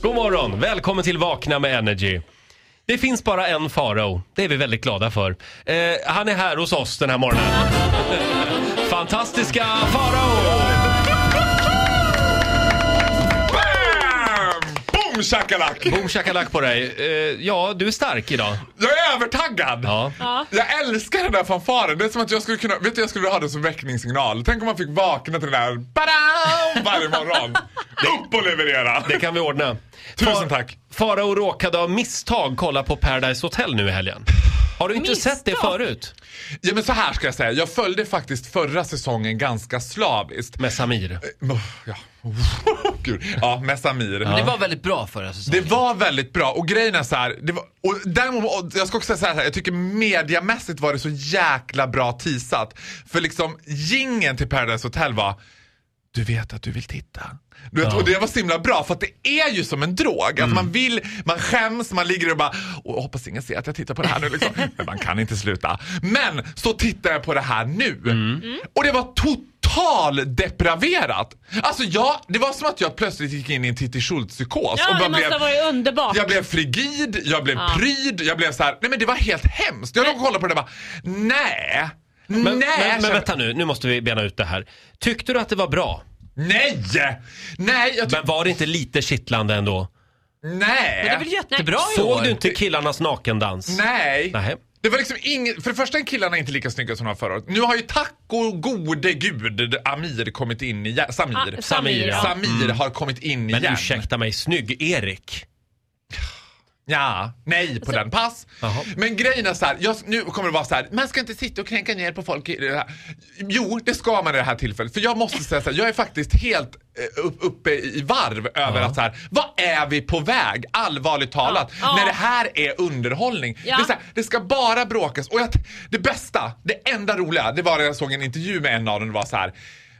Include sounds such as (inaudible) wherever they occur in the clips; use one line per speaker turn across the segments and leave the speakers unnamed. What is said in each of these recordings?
God morgon! Välkommen till Vakna med Energy. Det finns bara en farao. Det är vi väldigt glada för. Eh, han är här hos oss den här morgonen. (laughs) Fantastiska farao!
Bam! Boom shakalak!
Boom shakalak på dig. Eh, ja, du är stark idag.
Jag är övertaggad!
Ja.
Jag älskar den där fanfaren. Det är som att jag skulle kunna, vet du, jag skulle ha den som väckningssignal. Tänk om man fick vakna till den där badam, varje morgon. Upp och leverera!
Det kan vi ordna.
Tusen tack.
Farao råkade av misstag kolla på Paradise Hotel nu i helgen. Har du inte sett det
Misstag?
förut?
Ja, men så här ska jag säga. Jag följde faktiskt förra säsongen ganska slaviskt.
Med Samir.
Mm, Ja, (laughs) Gud. ja med Samir.
Men det var väldigt bra förra säsongen.
Det var väldigt bra och grejen är så här, det var, och däremot, och jag ska också säga så här, jag tycker mediamässigt var det så jäkla bra teasat. För liksom gingen till Paradise Hotel var du vet att du vill titta. Du vet,
Ja.
Och det var så himla bra för att det är ju som en drog. Att man vill, man skäms, man ligger och bara "Åh, jag hoppas ingen ser att jag tittar på det här nu liksom. Men man kan inte sluta. Men så tittar jag på det här nu. Och det var total depraverat. Alltså jag, det var som att jag plötsligt gick in i en Titti Schultz-psykos.
Ja,
och bara
det måste
blev-
ha varit underbart.
jag blev frigid, jag blev pryd, jag blev så här, nej men det var helt hemskt. Jag låg och kollade på det och bara, nej,
Men,
nej,
men, men
kände-
vänta nu, nu måste vi bena ut det här. Tyckte du att det var bra?
nej, nej, jag tyck-
Men var det inte lite kittlande ändå?
nej.
Men det är väl jättebra i år?
Såg du inte killarnas nakendans?
Nej.
Nähä.
Det var liksom ingen, för det första är killarna inte lika snygga som de var förra året. Nu har ju tack och gode gud Amir kommit in igen. Samir.
Ah,
Samir, ja.
Samir, ja.
Samir har kommit in
Mm. Men
igen.
ursäkta mig, snygg-Erik.
Ja, nej på den. Pass.
Jaha.
Men grejen är så här, jag, nu kommer det vara så här, man ska inte sitta och kränka ner på folk i det här. Jo, det ska man i det här tillfället. För jag måste säga så här, jag är faktiskt helt eh, upp, uppe i varv över
Ja.
att så här, vad är vi på väg? Allvarligt talat.
Ja.
När det här är underhållning.
Ja.
Det, är så här, det ska bara bråkas. Och jag, det bästa, det enda roliga, det var när jag såg en intervju med en av dem. Det var så här,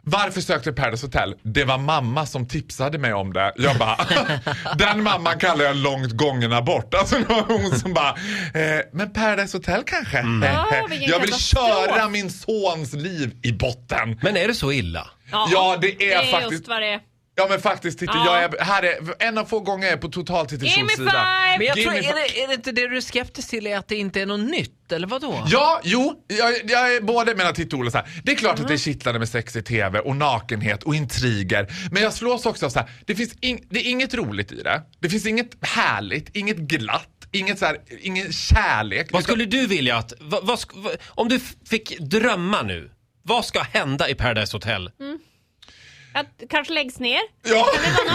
varför sökte jag Paradise Hotel? Det var mamma som tipsade mig om det. Jag bara, (laughs) den mamman kallar jag långt gången abort. Alltså det var hon som bara, eh, men Paradise Hotel kanske? Eh,
Ja, vilken
jag vill
katastrof.
köra min sons liv i botten.
Men är det så illa?
Ja, det är
just
faktiskt-
vad det är.
Ja men faktiskt, titta,
Ja.
jag är, här är en av få gånger jag är på totalt Titti
Give me
Schultz sida.
five!
Men jag
Give
tror,
me
är
five.
det, är det inte det du är skeptisk till, är att det inte är något nytt, eller vadå?
Ja, jo, jag, jag är både menar Titti och Ola så här. Det är klart att det är kittlande med sex i TV och nakenhet och intriger. Men jag slås också av så här, det finns ing- det är inget roligt i det. Det finns inget härligt, inget glatt, inget så här, ingen kärlek.
Vad skulle du vilja att... Vad, vad, sk- vad, om du f- fick drömma nu, vad ska hända i Paradise Hotel?
Att det kanske läggs ner.
Ja.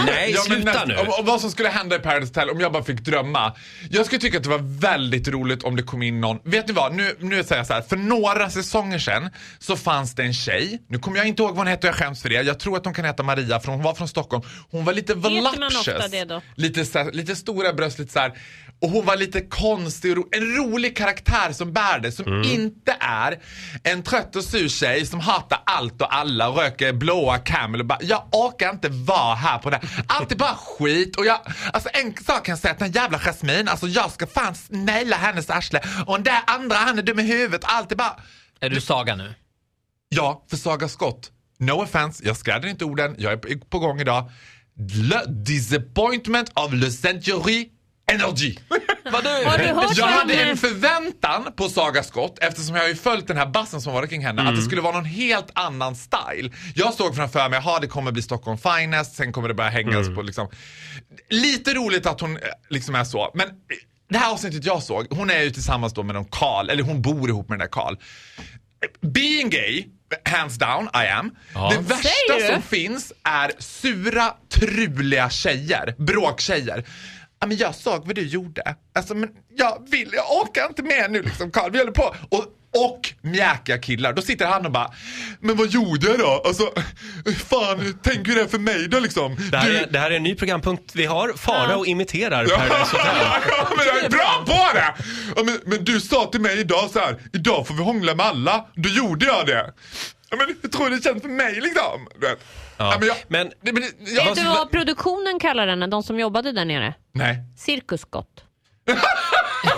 Nej,
men
sluta
näst-
nu.
Om, om vad som skulle hända i Paradise Hotel om jag bara fick drömma. Jag skulle tycka att det var väldigt roligt om det kom in någon. Vet ni vad? Nu, nu säger jag så här. För några säsonger sedan så fanns det en tjej. Nu kommer jag inte ihåg vad hon hette och jag skäms för det. Jag tror att hon kan heta Maria för hon var från Stockholm. Hon var lite
man ofta
voluptuous.
det då?
Lite, så här, lite stora bröst, lite så här. Och hon var lite konstig och ro, en rolig karaktär som bär det. Som inte är en trött och sur tjej som hatar allt och alla och röker blåa Camel och bara jag orkar inte vara här på det här. Allt är bara skit och jag, alltså en sak kan jag säga att den jävla Jasmine, alltså jag ska fan naila hennes arsle och den där andra han är dum i huvudet och allt är bara
Är du Saga nu?
Ja, för Saga Skott. No offense, jag skräder inte orden. Jag är på- på gång idag. Le disappointment of Le Century Energy.
Vadå?
Har du hört
Jag
vad
hade
hon-
en förväntan på Saga Skott eftersom jag har ju följt den här bassen som varit kring henne att det skulle vara någon helt annan style. Jag såg framför mig, jaha det kommer bli Stockholm Finest, sen kommer det börja hängas på liksom. Lite roligt att hon eh, liksom är så, men eh, det här avsnittet jag såg, hon är ju tillsammans då med någon Karl, eller hon bor ihop med den där Karl. Being gay, hands down, I am. Det
Säger
värsta
du?
som finns är sura, truliga tjejer. Bråktjejer. Ja, men jag såg vad du gjorde. Alltså, men jag vill, jag orkar inte med nu liksom Karl, vi håller på. Och, och mjäkiga killar. Då sitter han och bara, men vad gjorde jag då? Alltså, fan, tänk hur det är för mig då liksom.
Det här,
Du-
är, det här är en ny programpunkt vi har. Farao imiterar Paradise Hotel.
Ja, men jag är bra på det! Ja, men, men du sa till mig idag så här, idag får vi hångla med alla. Då gjorde jag det. Ja, men hur tror du det känns för mig liksom? Du vet.
Ja.
Ja, men jag,
Men-
det, men det- jag,
Vet du vad produktionen kallar den, de som jobbade där nere?
Nej.
Cirkusskott.
Ja,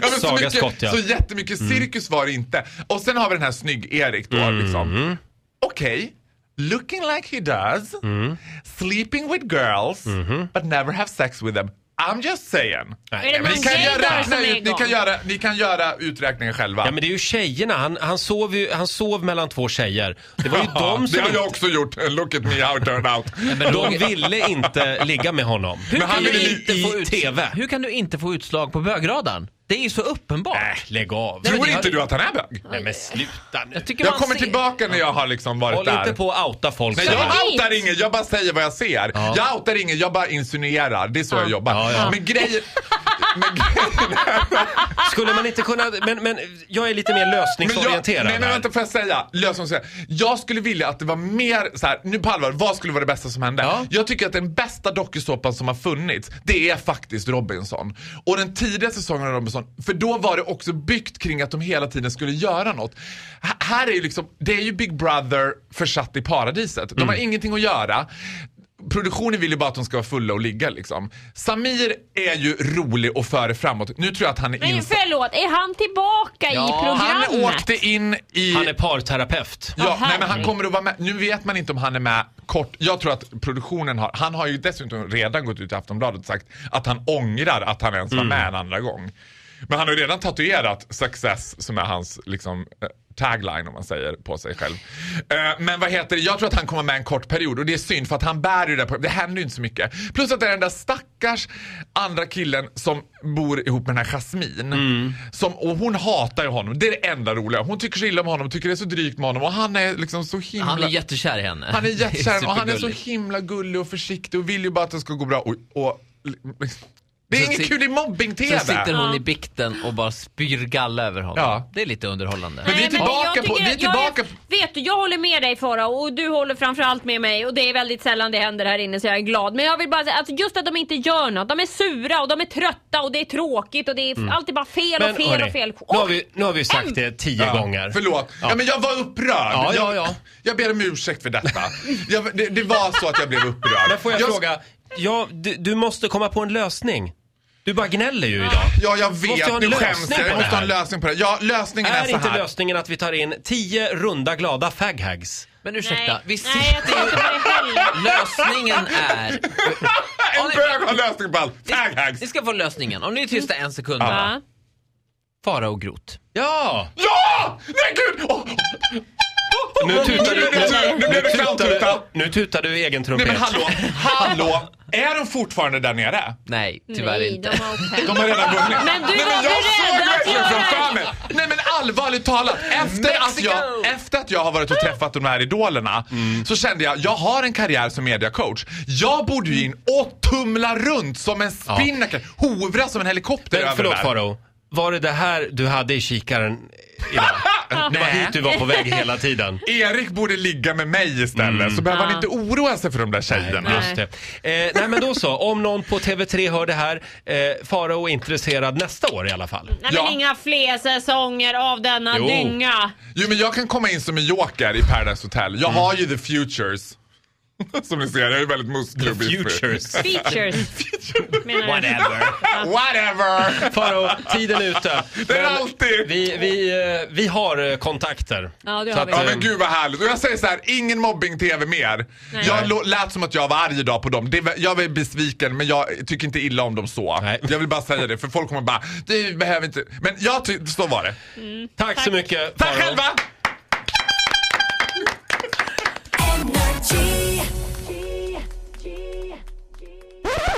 men så,
Saga
mycket,
Skott, ja. Mm.
så jättemycket cirkus var det inte. Och sen har vi den här snygg-Erik då. Liksom. Okej, looking like he does,
Mm.
sleeping with girls,
Mm-hmm.
but never have sex with them. I'm just saying.
Är det
men-
någon
Ni kan,
gay
göra,
där som
räkna
är
ut, ni,
igång?
kan göra, ni kan göra uträkningen själva.
Ja men det är ju tjejerna, han, han, sov, ju, han sov mellan två tjejer. Det var ju
Ja,
de
det
som
har
inte,
jag också gjort. (laughs) Look at me how I turned
(laughs)
out.
de ville inte ligga med honom.
Hur
Men
kan
han
du
ville ju
inte
i
få ut-
TV.
Hur kan du inte få utslag på bögradan? Det är ju så uppenbart.
Äh, lägg av.
Tror
det-
inte du att han är bög?
Nej men sluta nu.
Jag, tycker
Jag
man
kommer
ser-
tillbaka när jag har liksom varit
Håll
där.
inte på att outa folk.
Nej,
så
jag
här.
Precis.
outar ingen, jag bara säger vad jag ser. Jag outar ingen, jag bara insinuerar. Det är så jag jobbar.
Ja, ja.
Men grejen... men grejen
Skulle man inte kunna, men, men jag är lite mer
men jag,
lösningsorienterad
nej, men
här.
vänta, får jag säga? Lös som säger. Jag skulle vilja att det var mer så här, nu på allvar, vad skulle vara det bästa som hände?
Ja.
Jag tycker att den bästa dokusåpan som har funnits, det är faktiskt Robinson. Och den tidiga säsongen av Robinson, för då var det också byggt kring att de hela tiden skulle göra något. H- här är ju liksom, det är ju Big Brother försatt i paradiset. De har ingenting att göra. Produktionen vill ju bara att de ska vara fulla och ligga liksom. Samir är ju rolig och före framåt. Nu tror jag att han är
Men
insatt.
förlåt, är han tillbaka i programmet?
Han åkte in i...
Han är parterapeut.
Ja,
Aha.
nej, men han kommer att vara med. Nu vet man inte om han är med kort. Jag tror att produktionen har, han har ju dessutom redan gått ut i Aftonbladet och sagt att han ångrar att han ens var med en andra gång. Men han har ju redan tatuerat success som är hans liksom eh, tagline om man säger på sig själv. Eh, Men vad heter det, jag tror att han kommer med en kort period och det är synd för att han bär ju det på, det händer ju inte så mycket. Plus att det är den där stackars andra killen som bor ihop med den här Jasmine.
Mm.
Som, och hon hatar ju honom, det är det enda roliga. Hon tycker så illa om honom, tycker det är så drygt med honom och han är liksom så himla...
Han är jättekär i henne.
Han är
(laughs) Det
jättekär och han är så
supergulligt.
himla gullig och försiktig och vill ju bara att det ska gå bra. Och, och, det är
Sen sit-
inget kul i
Sen
mobbing-tv!
sitter hon
Ja.
i bikten och bara spyr galla över honom.
Ja.
Det är lite underhållande.
Men vi är
Nej, men jag
tillbaka på...
tycker-
Vi är
jag
tillbaka
är- Vet du, jag håller med dig Farao och du håller framförallt med mig och det är väldigt sällan det händer här inne så jag är glad. Men jag vill bara säga att just att de inte gör något, de är sura och de är trötta och det är tråkigt och det
Mm.
är allt är bara fel och fel
hörni,
och fel.
Nu,
Åh,
har vi, nu har vi sagt det tio
Ja,
gånger.
Förlåt. Ja. men jag var upprörd. Ja,
ja,
Jag,
ja.
jag ber om ursäkt för detta. Jag, det, det var så att jag blev upprörd.
Men får jag, fråga, ja, du, du måste komma på en lösning. Du bara gnäller ju idag.
Ja, jag
Måste ha
vet.
en
Nu
lösning
skäms
på
jag.
det
Jag måste ha
här.
en lösning på det. Ja, lösningen är,
Är
så
inte
här.
lösningen att vi tar in tio runda glada faghags?
Men
nej,
ursäkta, vi
nej, jag
sitter
tror inte på det heller.
Lösningen är...
en bög har lösning på allt. Tag hacks.
Ni ska få lösningen. Om ni är tysta en sekund bara.
Ja.
Fara och grot.
Ja!
Ja! Nej, gud! Åh!
Nu tutar
Nu
du,
blev det- nu blev det
tutar du,
knalltuta.
nu tutar du i egen
Nej,
trumpet.
men hallå.
(laughs)
Hallå. Är de fortfarande där nere?
Nej, tyvärr
Nej,
inte.
de har åkt hem.
De har redan vunnit.
Men du
Nej,
var
jag
beredd
såg
att
verkligen
göra
framför
det.
mig. Nej men allvarligt talat, efter att,
Mexico.
jag, efter att jag har varit och träffat de här idolerna
Mm.
så kände jag, jag har en karriär som mediacoach. Jag borde ju in och tumla runt som en spinnaker, hovra som en helikopter
Men
över
förlåt
det där.
Faro, var det det här du hade i kikaren
(laughs)
idag? Det var hit du var på väg hela tiden.
Erik borde ligga med mig istället så behöver han inte oroa sig för de där tjejerna.
Mm. Nej.
Just det. Eh, nej men då så, om någon på TV3 hör det här, eh, Farao är intresserad nästa år i alla fall.
Nej,
Ja.
men inga fler säsonger av denna
Jo.
dynga.
Jo men jag kan komma in som en joker i Paradise Hotel. Jag
Mm.
har ju the futures. (laughs) Som ni ser, jag är väldigt
The
muskelbiffig.
Futures.
Features. menar jag.
Whatever.
(laughs) Whatever!
Farao, tiden är ute.
(laughs) Det är
Men
alltid.
Vi, vi, eh, vi har eh, kontakter.
Ja, det har
Så att,
vi.
Ja
eh,
men gud vad härligt. Och jag säger så här, ingen mobbing-tv mer.
Nej.
Jag lo- lät som att jag var arg idag på dem. Det var, jag var besviken men jag tycker inte illa om dem så.
Nej.
Jag vill bara säga det för folk kommer bara, du behöver inte. Men jag tyckte, så var det.
tack, så mycket
Tack
Farao.
själva!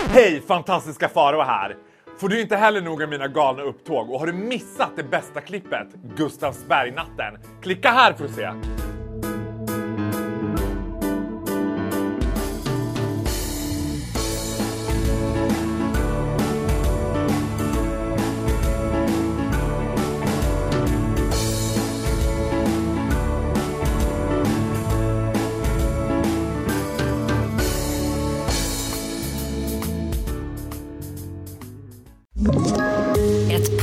Hej fantastiska Faro här! Får du inte heller nog av mina galna upptåg och har du missat det bästa klippet, Gustavsbergnatten? Klicka här för att se!
Ett